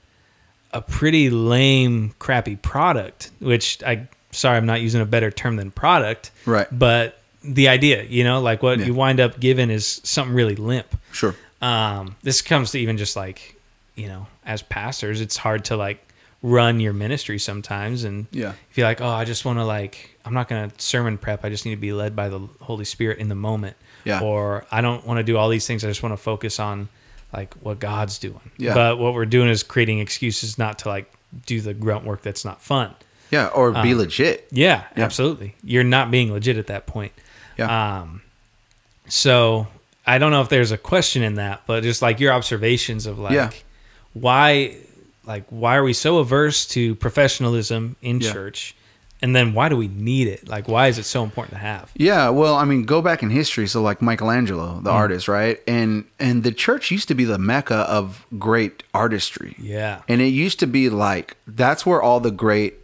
a pretty lame crappy product, which I sorry I'm not using a better term than product.
Right.
But the idea, you know, like what
Yeah.
you wind up giving is something really limp
Sure.
um, this comes to even just like you know as pastors it's hard to like run your ministry sometimes and
Yeah.
if you're like oh i just want to like i'm not going to sermon prep i just need to be led by the holy spirit in the moment
Yeah.
or i don't want to do all these things i just want to focus on like what god's doing
Yeah.
but what we're doing is creating excuses not to like do the grunt work that's not fun
Yeah, or be
Uh,
legit.
yeah,
Yeah.
absolutely. You're not being legit at that point.
Yeah.
Um, so I don't know if there's a question in that, but just like your observations of like
Yeah.
why, like why are we so averse to professionalism in
Yeah.
church, and then why do we need it? Like why is it so important to have?
Yeah, well, I mean, go back in history. So, like Michelangelo,
Mm.
the artist, right? And and the church used to be the mecca of great artistry.
Yeah.
and it used to be like that's where all the great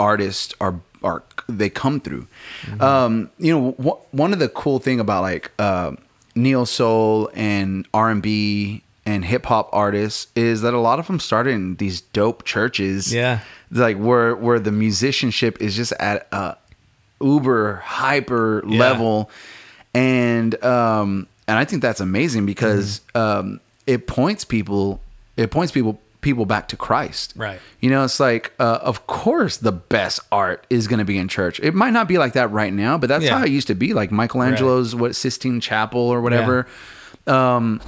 artists are are they come through
Mm-hmm.
um you know wh- one of the cool thing about like uh neo soul and r&b and hip-hop artists is that a lot of them started in these dope churches
Yeah.
like where where the musicianship is just at a uber hyper
Yeah.
level and um and i think that's amazing because um it points people it points people people back to christ
Right.
you know it's like uh, of course the best art is going to be in church it might not be like that right now but that's
Yeah.
how it used to be like michelangelo's what sistine chapel or whatever um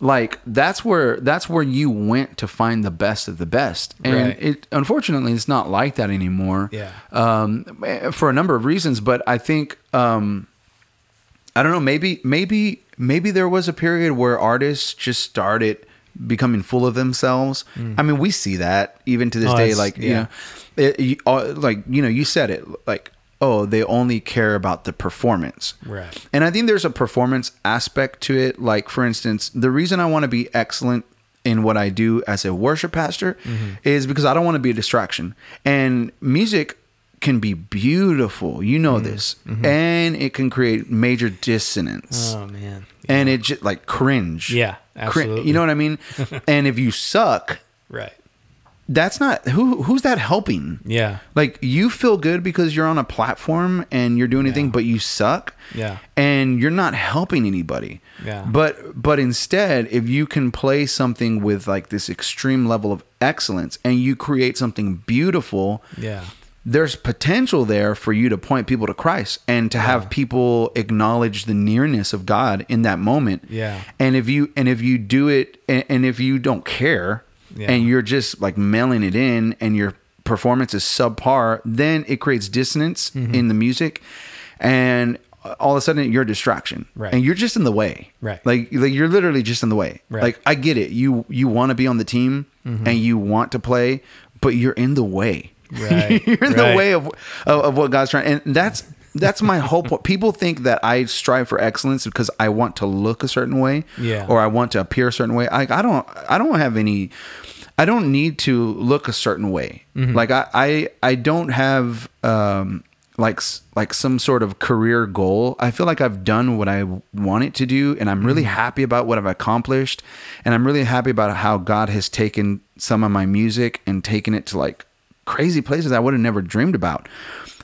like that's where that's where you went to find the best of the best and
Right.
it unfortunately it's not like that anymore
Yeah.
um for a number of reasons but i think um i don't know maybe maybe maybe there was a period where artists just started becoming full of themselves i mean we see that even to this
Mm. Oh,
day
it's-
like you
yeah.
know it, you, uh, like you know you said it like oh they only care about the performance
Right.
and I think there's a performance aspect to it. Like, for instance, the reason I want to be excellent in what I do as a worship pastor
Mm-hmm.
is because I don't want to be a distraction. And music can be beautiful, you
Mm-hmm.
know this, and it can create major dissonance.
Oh man.
And it just like cringe.
Yeah,
Crin-
absolutely.
you know what I mean? and if you suck,
Right.
that's not who who's that helping?
Yeah.
Like you feel good because you're on a platform and you're doing anything, but you suck.
Yeah.
And you're not helping anybody.
Yeah.
But but instead, if you can play something with like this extreme level of excellence and you create something beautiful,
Yeah.
there's potential there for you to point people to Christ and to have people acknowledge the nearness of God in that moment.
Yeah.
And if you and if you do it and, and if you don't care
Yeah.
and you're just like mailing it in and your performance is subpar, then it creates dissonance
Mm-hmm.
in the music and all of a sudden you're a distraction.
Right.
And you're just in the way.
Right.
Like like you're literally just in the way.
Right. Mm-hmm.
Like I get it. You you want to be on the team and you want to play, but you're in the way.
Right,
you're in the
right.
way of, of of what God's trying, and that's that's my whole point. People think that I strive for excellence because I want to look a certain way,
Yeah.
or I want to appear a certain way. I, I don't I don't have any. I don't need to look a certain way. Like I, I I don't have um like s- like some sort of career goal. I feel like I've done what I wanted to do, and I'm really happy about what I've accomplished, and I'm really happy about how God has taken some of my music and taken it to like crazy places I would have never dreamed about.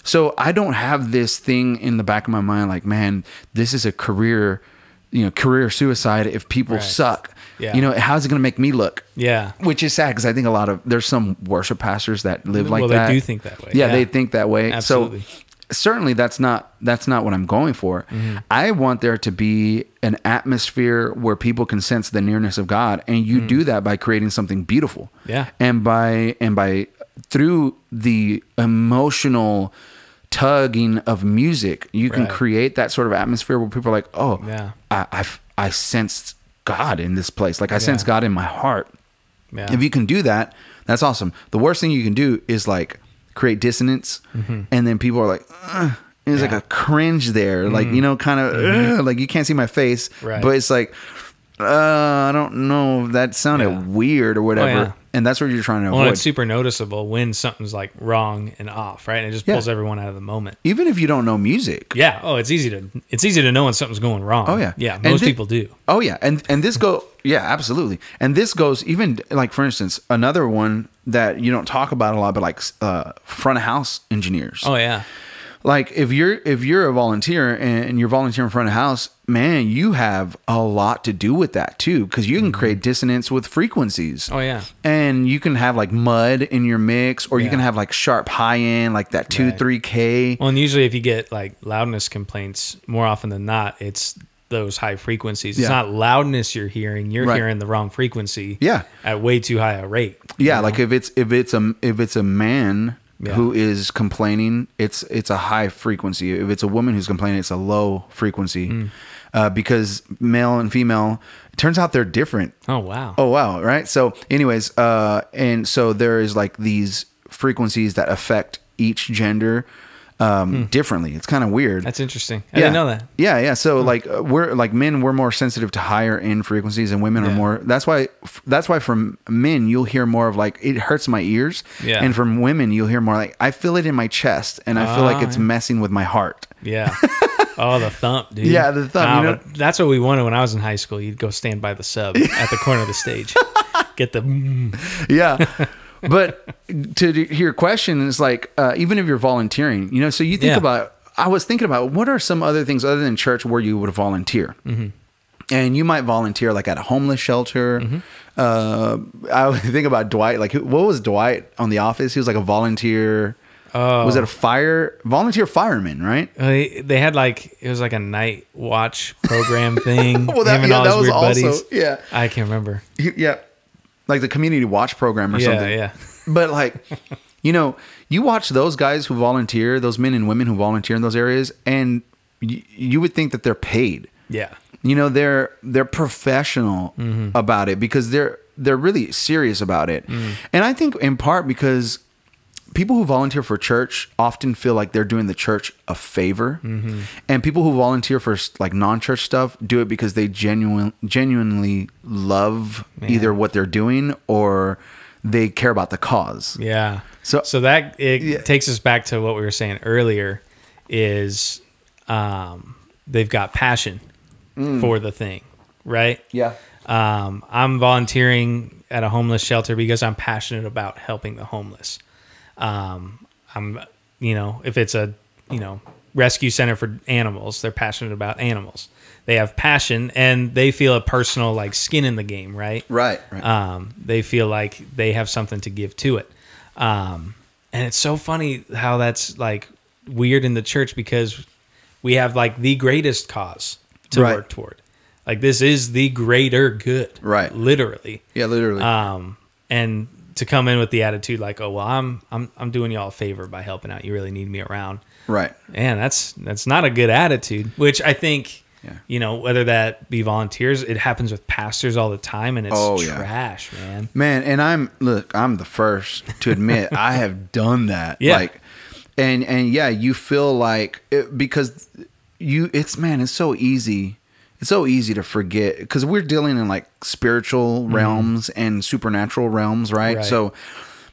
So I don't have this thing in the back of my mind like, man, this is a career, you know, career suicide if people suck.
Yeah.
You know, how's it going to make me look?
Yeah.
Which is sad because I think a lot of there's some worship pastors that live like
well,
that.
they do think that way.
Yeah, they think that way.
Absolutely.
So certainly that's not that's not what I'm going for.
Mm-hmm.
I want there to be an atmosphere where people can sense the nearness of God and you do that by creating something beautiful.
Mm. Yeah.
And by and by through the emotional tugging of music, you can
Right.
create that sort of atmosphere where people are like, "Oh,
Yeah.
I I've, I sensed God in this place. Like I sense
Yeah.
God in my heart."
Yeah.
If you can do that, that's awesome. The worst thing you can do is like create dissonance,
Mm-hmm.
and then people are like, Ugh. And there's like a cringe there, like you know, kind of "Ugh," like you can't see my face,
Mm-hmm. Right.
but it's like, uh, I don't know, that sounded
Yeah. Oh,
weird or whatever,
yeah.
and that's what you're trying to
well, and
avoid.
it's e- super noticeable when something's like wrong and off, right? And it just
Yeah.
pulls everyone out of the moment.
Even if you don't know music,
Yeah. Oh, it's easy to it's easy to know when something's going wrong.
Oh yeah,
Yeah.
And
Most
thi-
people do.
Oh yeah, and and this go yeah absolutely, and this goes even like for instance another one that you don't talk about a lot, but like uh, front of house engineers.
Oh yeah.
Like if you're if you're a volunteer and you're volunteering in front of house, man, you have a lot to do with that too, because you can create dissonance with frequencies.
Mm-hmm. Oh yeah.
And you can have like mud in your mix, or you
Yeah.
can have like sharp high end, like that two
Right.
three k.
Well, and usually if you get like loudness complaints, more often than not, it's those high frequencies. It's
Yeah.
not loudness you're hearing; you're
Right.
hearing the wrong frequency.
Yeah.
At way too high a rate.
Yeah, like if it's if it's a if it's a man
Yeah.
who is complaining, it's it's a high frequency. If it's a woman who's complaining, it's a low frequency.
Mm.
Uh, because male and female, it turns out they're different.
Oh wow.
Oh wow, right? So anyways, uh and so there is like these frequencies that affect each gender um differently. It's kind of weird.
That's interesting. Hmm. I didn't know that. Hmm.
Yeah, yeah. So like uh, we're like men, we're more sensitive to higher end frequencies, and women are
Yeah.
more. That's why. f- That's why from men you'll hear more of like it hurts my ears,
Yeah.
and from women you'll hear more like I feel it in my chest, and I feel like
Ah,
it's
yeah.
messing with my heart.
Yeah. oh, the thump, dude.
Yeah, the thump, you know-
but that's what we wanted when I was in high school. You'd go stand by the sub at the corner of the stage. Get the mm.
yeah. But to d- your question is like, uh, even if you're volunteering, you know, so you think
Yeah.
about, I was thinking about what are some other things other than church where you would volunteer?
Mm-hmm.
And you might volunteer like at a homeless shelter.
Mm-hmm.
Uh, I would think about Dwight. Like, who- what was Dwight on The Office? He was like a volunteer.
Oh.
Was it a fire volunteer fireman? Right?
Uh, They, they had like it was like a night watch program thing.
Well, that-
Him and
yeah,
all
that
his
was
weird buddies.
also- yeah.
I can't remember.
He- yeah, like the community watch program or
Yeah,
something.
yeah.
But like, you know, you watch those guys who volunteer, those men and women who volunteer in those areas, and y- you would think that they're paid.
Yeah.
You know, they're they're professional about it because they're they're really serious about it, and I think in part because people who volunteer for church often feel like they're doing the church a favor, and people who volunteer for like non-church stuff do it because they genuine genuinely love either what they're doing or they care about the cause.
Yeah.
So-
So so that it
Yeah.
takes us back to what we were saying earlier is um they've got passion for the thing, right?
Yeah.
Um I'm volunteering at a homeless shelter because I'm passionate about helping the homeless. Um I'm you know, if it's a, you know, rescue center for animals, they're passionate about animals. They have passion and they feel a personal like skin in the game, right?
Right. Right.
um, they feel like they have something to give to it um, and it's so funny how that's like weird in the church because we have like the greatest cause to
Right.
work toward like this is the greater good
Right.
literally
yeah. Literally.
um, and to come in with the attitude like oh well i'm i'm, I'm doing y'all a favor by helping out you really need me around
right.
man that's that's not a good attitude which i think
Yeah.
you know whether that be volunteers it happens with pastors all the time and it's
Oh, yeah.
trash man
Man, and I'm look, I'm the first to admit I have done that.
Yeah.
Like and and yeah, you feel like it, because you it's man, it's so easy. It's so easy to forget cuz we're dealing in like spiritual realms and supernatural realms,
Mm-hmm.
right?
Right.
So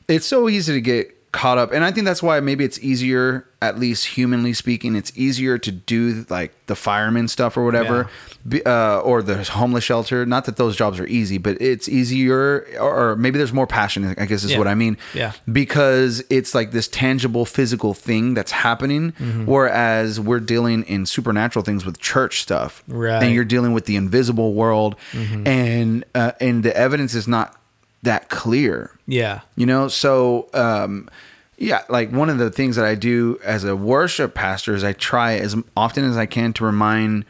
it's so easy to get caught up and I think that's why maybe it's easier at least humanly speaking, it's easier to do like the fireman stuff or whatever
Yeah.
be- uh, or the homeless shelter. Not that those jobs are easy, but it's easier, or, or maybe there's more passion. I guess is
Yeah.
what I mean.
Yeah.
because it's like this tangible, physical thing that's happening,
Mm-hmm.
whereas we're dealing in supernatural things with church stuff,
Right. Mm-hmm.
And you're dealing with the invisible world, and uh, and the evidence is not that clear
Yeah.
you know so um yeah like one of the things that i do as a worship pastor is i try as often as i can to remind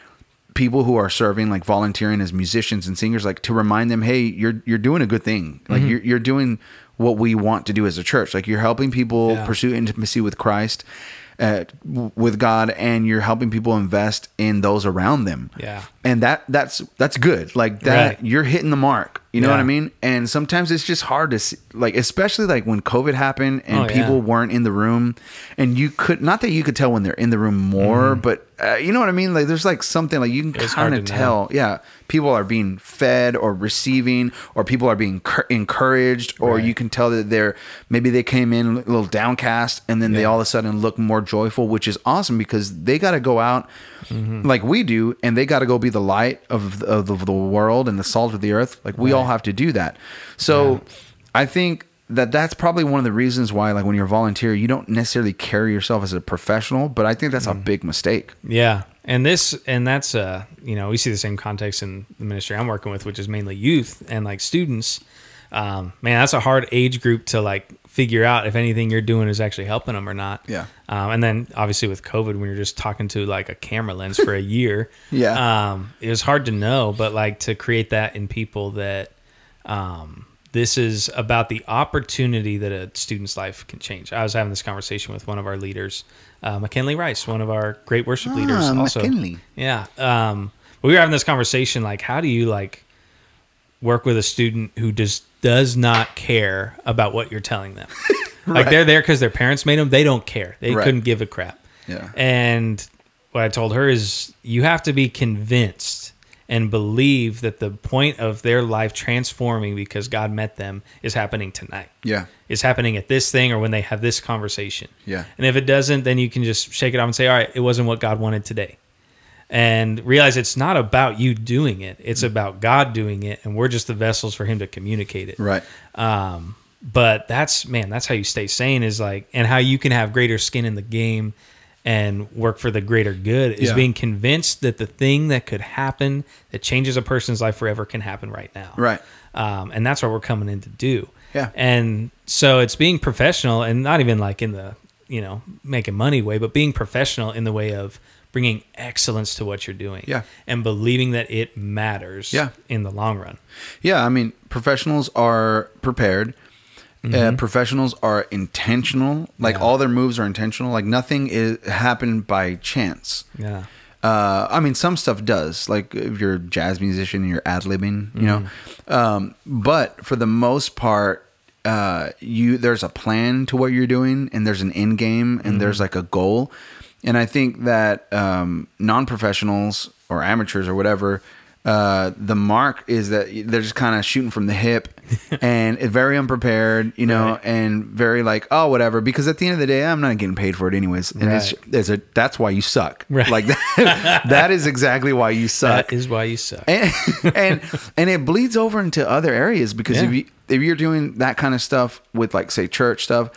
people who are serving like volunteering as musicians and singers like to remind them hey you're you're doing a good thing like
Mm-hmm.
you're, you're doing what we want to do as a church like you're helping people
Yeah.
pursue intimacy with christ uh, w- with god and you're helping people invest in those around them
Yeah.
and that that's that's good like that
Right.
you're hitting the mark you know what i
Yeah.
mean mean? And sometimes it's just hard to see, like, especially like when COVID happened and
Oh, yeah.
people weren't in the room, and you could not that you could tell when they're in the room
Mm-hmm.
more, but uh, you know what I mean? Like, there's like something like you can
was hard
kind of
to
tell,
know.
yeah, people are being fed or receiving, or people are being cur- encouraged, or
Right.
you can tell that they're maybe they came in a little downcast and then they all of a sudden look more joyful, which is awesome because they got to go out
Mm-hmm.
like we do, and they got to go be the light of the, of the- of the world and the salt of the earth. Like we all have to do that. So I think that that's probably one of the reasons why, like when you're a volunteer, you don't necessarily carry yourself as a professional. But I think that's
Mm.
a big mistake.
Yeah. And this and that's uh you know, we see the same context in the ministry I'm working with, which is mainly youth and like students. Um, man, that's a hard age group to like figure out if anything you're doing is actually helping them or not.
Yeah.
Um, and then obviously with COVID, when you're just talking to like a camera lens for a year,
Yeah.
um, it was hard to know, but like to create that in people that um, this is about the opportunity that a student's life can change. I was having this conversation with one of our leaders, uh, McKinley Rice, one of our great worship leaders.
Ah,
Also,
McKinley.
yeah. Um, we were having this conversation like, how do you like work with a student who just does not care about what you're telling them? Like they're there because their parents made them. They don't care. They
Right.
couldn't give a crap.
Yeah.
And what I told her is you have to be convinced and believe that the point of their life transforming because God met them is happening tonight.
Yeah.
Is happening at this thing or when they have this conversation.
Yeah.
And if it doesn't, then you can just shake it off and say, all right, it wasn't what God wanted today. And realize it's not about you doing it, it's
Mm.
about God doing it. And we're just the vessels for Him to communicate it
Right.
um but that's man that's how you stay sane is like and how you can have greater skin in the game and work for the greater good is
Yeah.
being convinced that the thing that could happen that changes a person's life forever can happen right now
Right.
um, and that's what we're coming in to do
Yeah.
and so it's being professional and not even like in the you know making money way but being professional in the way of bringing excellence to what you're doing
Yeah.
and believing that it matters
Yeah.
in the long run
Yeah, I mean, professionals are prepared. Uh, professionals are intentional. Like
Yeah.
all their moves are intentional. Like nothing is happened by chance.
yeah
Uh, I mean, some stuff does. Like if you're a jazz musician and you're ad libbing, you know. Um, but for the most part, uh, you there's a plan to what you're doing and there's an end game and there's like a goal and i think that um, non-professionals or amateurs or whatever uh, the mark is that they're just kind of shooting from the hip and it- very unprepared you know and very like oh whatever because at the end of the day i'm not getting paid for it anyways and it's, it's a, that's why you suck
Right.
like that, that is exactly why you suck
That is why you suck.
Uh, and and and it bleeds over into other areas because if
Yeah.
you if you're doing that kind of stuff with like say church stuff,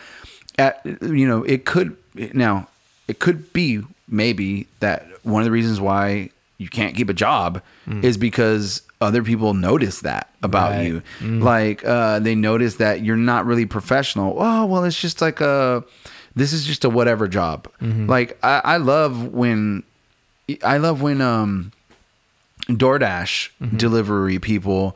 at you know it could now it could be maybe that one of the reasons why you can't keep a job is because other people notice that about
Mm. Right. Mm.
you like uh, they notice that you're not really professional oh well it's just like a this is just a whatever job
Mm-hmm.
like I, I love when i love when um DoorDash delivery people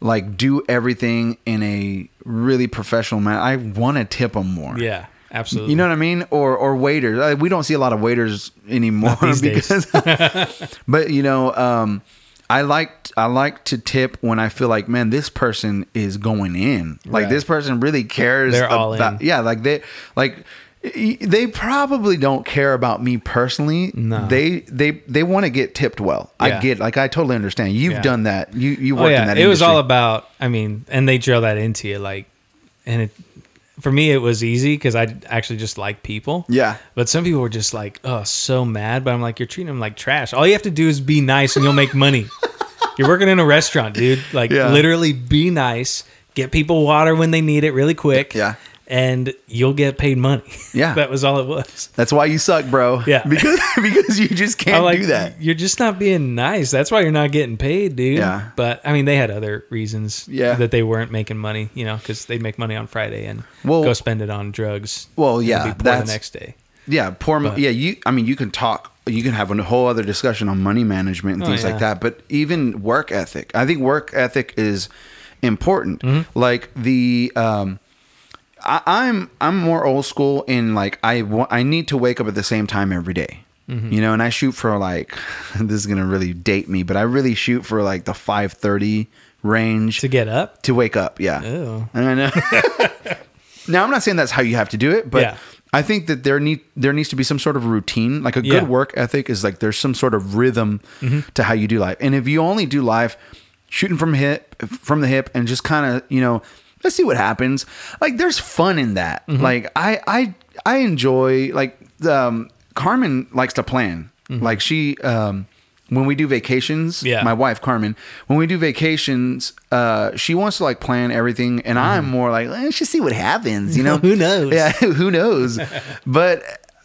like do everything in a really professional manner. I want to tip them more.
yeah, absolutely.
You know what I mean? Or or waiters. Like, we don't see a lot of waiters anymore
these days.
because but you know, um I like I like to tip when I feel like, man, this person is going in. Like
Right.
this person really cares
They're all in.
Yeah, like they like y- they probably don't care about me personally.
No.
They they they want to get tipped well. I
Yeah.
get like I totally understand. You've
Yeah.
done that. You you
oh
worked
yeah,
in that.
it was
industry.
all about. I mean, and they drill that into you, like, and it for me it was easy because I actually just like people.
Yeah.
But some people were just like, oh, so mad. But I'm like, you're treating them like trash. All you have to do is be nice and you'll make money. you're working in a restaurant, dude. Like,
Yeah.
literally be nice. Get people water when they need it really quick.
Yeah.
And you'll get paid money.
Yeah.
that was all it was.
That's why you suck, bro.
Yeah.
Because because you just can't
I'm like,
do that.
You're just not being nice. That's why you're not getting paid, dude.
Yeah.
But I mean, they had other reasons
Yeah.
that they weren't making money, you know, because they make money on Friday and
Well-
go spend it on drugs.
Well,
and
yeah,
be poor
that's-
the next day.
Yeah, poor. mo- yeah, you. I mean, you can talk. You can have a whole other discussion on money management and
Oh,
things
yeah.
like that. But even work ethic, I think work ethic is important.
Mm-hmm.
Like the, um, I, I'm I'm more old school in like I wa- I need to wake up at the same time every day.
Mm-hmm.
You know, and I shoot for like this is gonna really date me, but I really shoot for like the five thirty range
To get up?
to wake up. Yeah.
Ew.
I know. now I'm not saying that's how you have to do it, but
Yeah.
I think that there need there needs to be some sort of routine. Like a
Yeah. Mm-hmm.
good work ethic is like there's some sort of rhythm to how you do life. And if you only do life shooting from hip from the hip and just kind of you know let's see what happens. Like there's fun in that.
Mm-hmm.
Like I I I enjoy like um, Carmen likes to plan. Like she um, when we do vacations,
Mm-hmm. Yeah.
my wife Carmen, when we do vacations, uh, she wants to like plan everything, and I'm more like, let's just see what happens, you know?
Who knows?
Yeah, who knows? but,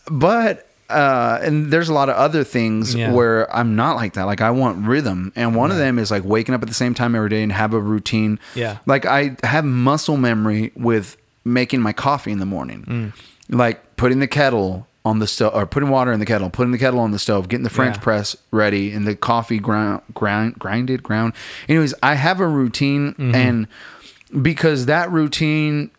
but, uh, and there's a lot of other things
Yeah.
where I'm not like that. Like I want rhythm, and one of them is like waking up at the same time every day and have a routine.
Yeah.
like I have muscle memory with making my coffee in the morning,
Mm.
like putting the kettle. On the stove, or putting water in the kettle, putting the kettle on the stove, getting the French
Yeah.
press press ready and the coffee ground grind grinded ground anyways i have a routine
Mm-hmm.
and because that routine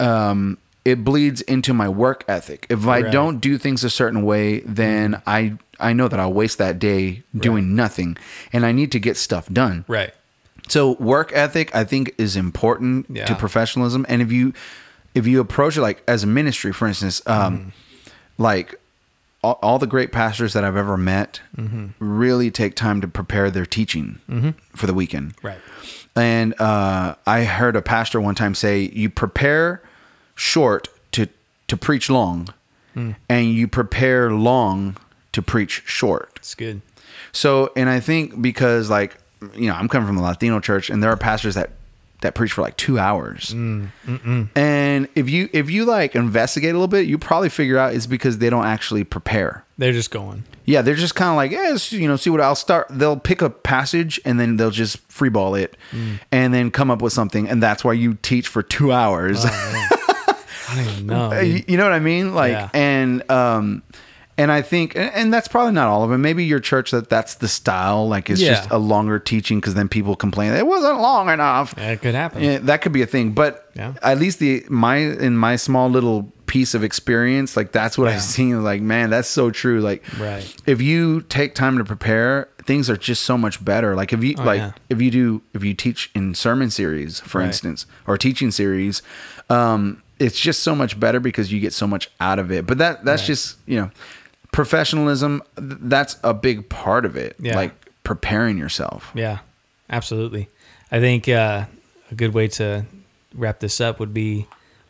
um it bleeds into my work ethic if i
Right. Mm-hmm.
don't do things a certain way then i i know that i'll waste that day doing nothing and i need to get stuff done
Right.
so work ethic, I think, is important
Yeah.
to professionalism. And if you if you approach it like as a ministry, for instance, um,
Mm-hmm.
like all, all the great pastors that I've ever met
Mm-hmm.
really take time to prepare their teaching for the weekend.
Right.
And uh, I heard a pastor one time say, "You prepare short to to preach long, and you prepare long to preach short."
It's good.
So, and I think because like you know, I'm coming from the Latino church, and there are pastors that that preach for like two hours. and if you if you like investigate a little bit, you probably figure out it's because they don't actually prepare.
They're just going.
Yeah, they're just kind of like, yeah, it's, you know, see what I'll start. They'll pick a passage and then they'll just freeball it,
Mm.
and then come up with something, and that's why you teach for two hours.
Oh, I don't even know.
Uh,
dude.
you, you know what I mean? Like,
Yeah.
and um, and I think, and, and that's probably not all of them. Maybe your church that that's the style. Like, it's
Yeah.
just a longer teaching because then people complain it wasn't long enough. Yeah.
That could happen.
that could be a thing. But
Yeah.
at least the my in my small little piece of experience, like that's what
Yeah.
I've seen. Like, man, that's so true. Like,
Right.
if you take time to prepare things are just so much better. Like if you like
Oh, yeah.
if you do if you teach in sermon series, for
Right.
instance, or teaching series, um, it's just so much better because you get so much out of it. But that that's just you know professionalism. th- That's a big part of it.
Yeah.
Like preparing yourself.
Yeah, absolutely. I think uh, a good way to wrap this up would be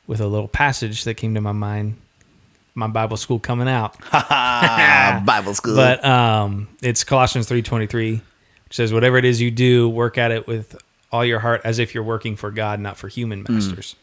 with a little passage that came to my mind. My Bible school coming out,
Ah, Bible school.
but um, it's Colossians three twenty three, which says, "Whatever it is you do, work at it with all your heart, as if you're working for God, not for human masters."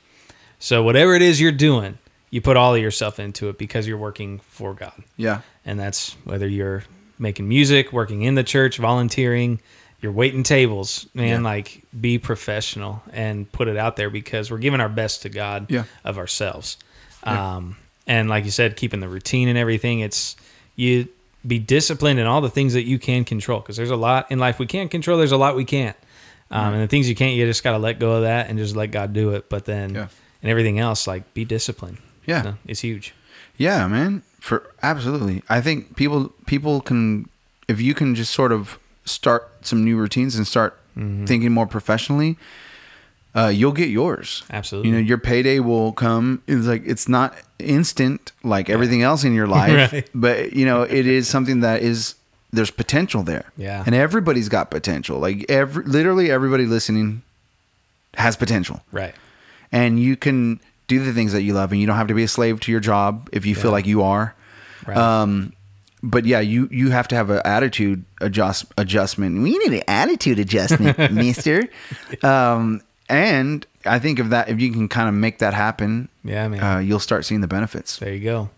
So whatever it is you're doing, you put all of yourself into it because you're working for God.
yeah.
And that's whether you're making music, working in the church, volunteering, you're waiting tables, man,
Yeah.
like be professional and put it out there because we're giving our best to God
Yeah.
of ourselves. Um, and like you said, keeping the routine and everything, it's you be disciplined in all the things that you can control because there's a lot in life we can't control, there's a lot we can't. Um, And the things you can't, you just got to let go of that and just let God do it. But then,
Yeah.
and everything else, like be disciplined.
Yeah.
You know, it's huge.
Yeah, man. For absolutely. I think people people can if you can just sort of start some new routines and start
Mm-hmm.
thinking more professionally, uh, you'll get yours.
Absolutely.
You know, your payday will come. It's like it's not instant like everything else in your life,
Right.
but you know, it is something that is there's potential there.
Yeah.
And everybody's got potential. Like every literally everybody listening has potential
Right.
and you can do the things that you love and you don't have to be a slave to your job if you feel like you are
Right.
um but yeah you you have to have an attitude adjust adjustment we need an attitude adjustment mister um and i think if that if you can kind of make that happen
Yeah, man.
uh, you'll start seeing the benefits
There you go.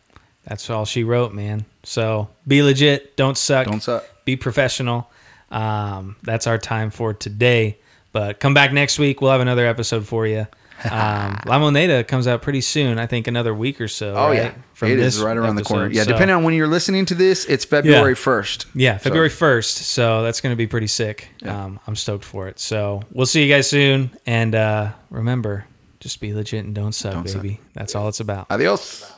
That's all she wrote, man. So be legit. Don't suck.
Don't suck.
Be professional. Um, that's our time for today. But come back next week. We'll have another episode for you. Um, La Moneda comes out pretty soon. I think another week or so.
oh
right?
yeah it is
this
right around the
episode.
corner yeah
So-
depending on when you're listening to this it's february 1st
yeah,
So,
February first. So that's going to be pretty sick.
Yeah.
Um, I'm stoked for it. So we'll see you guys soon. And uh, remember, just be legit and don't suck,
Don't suck.
baby. That's all it's about.
adios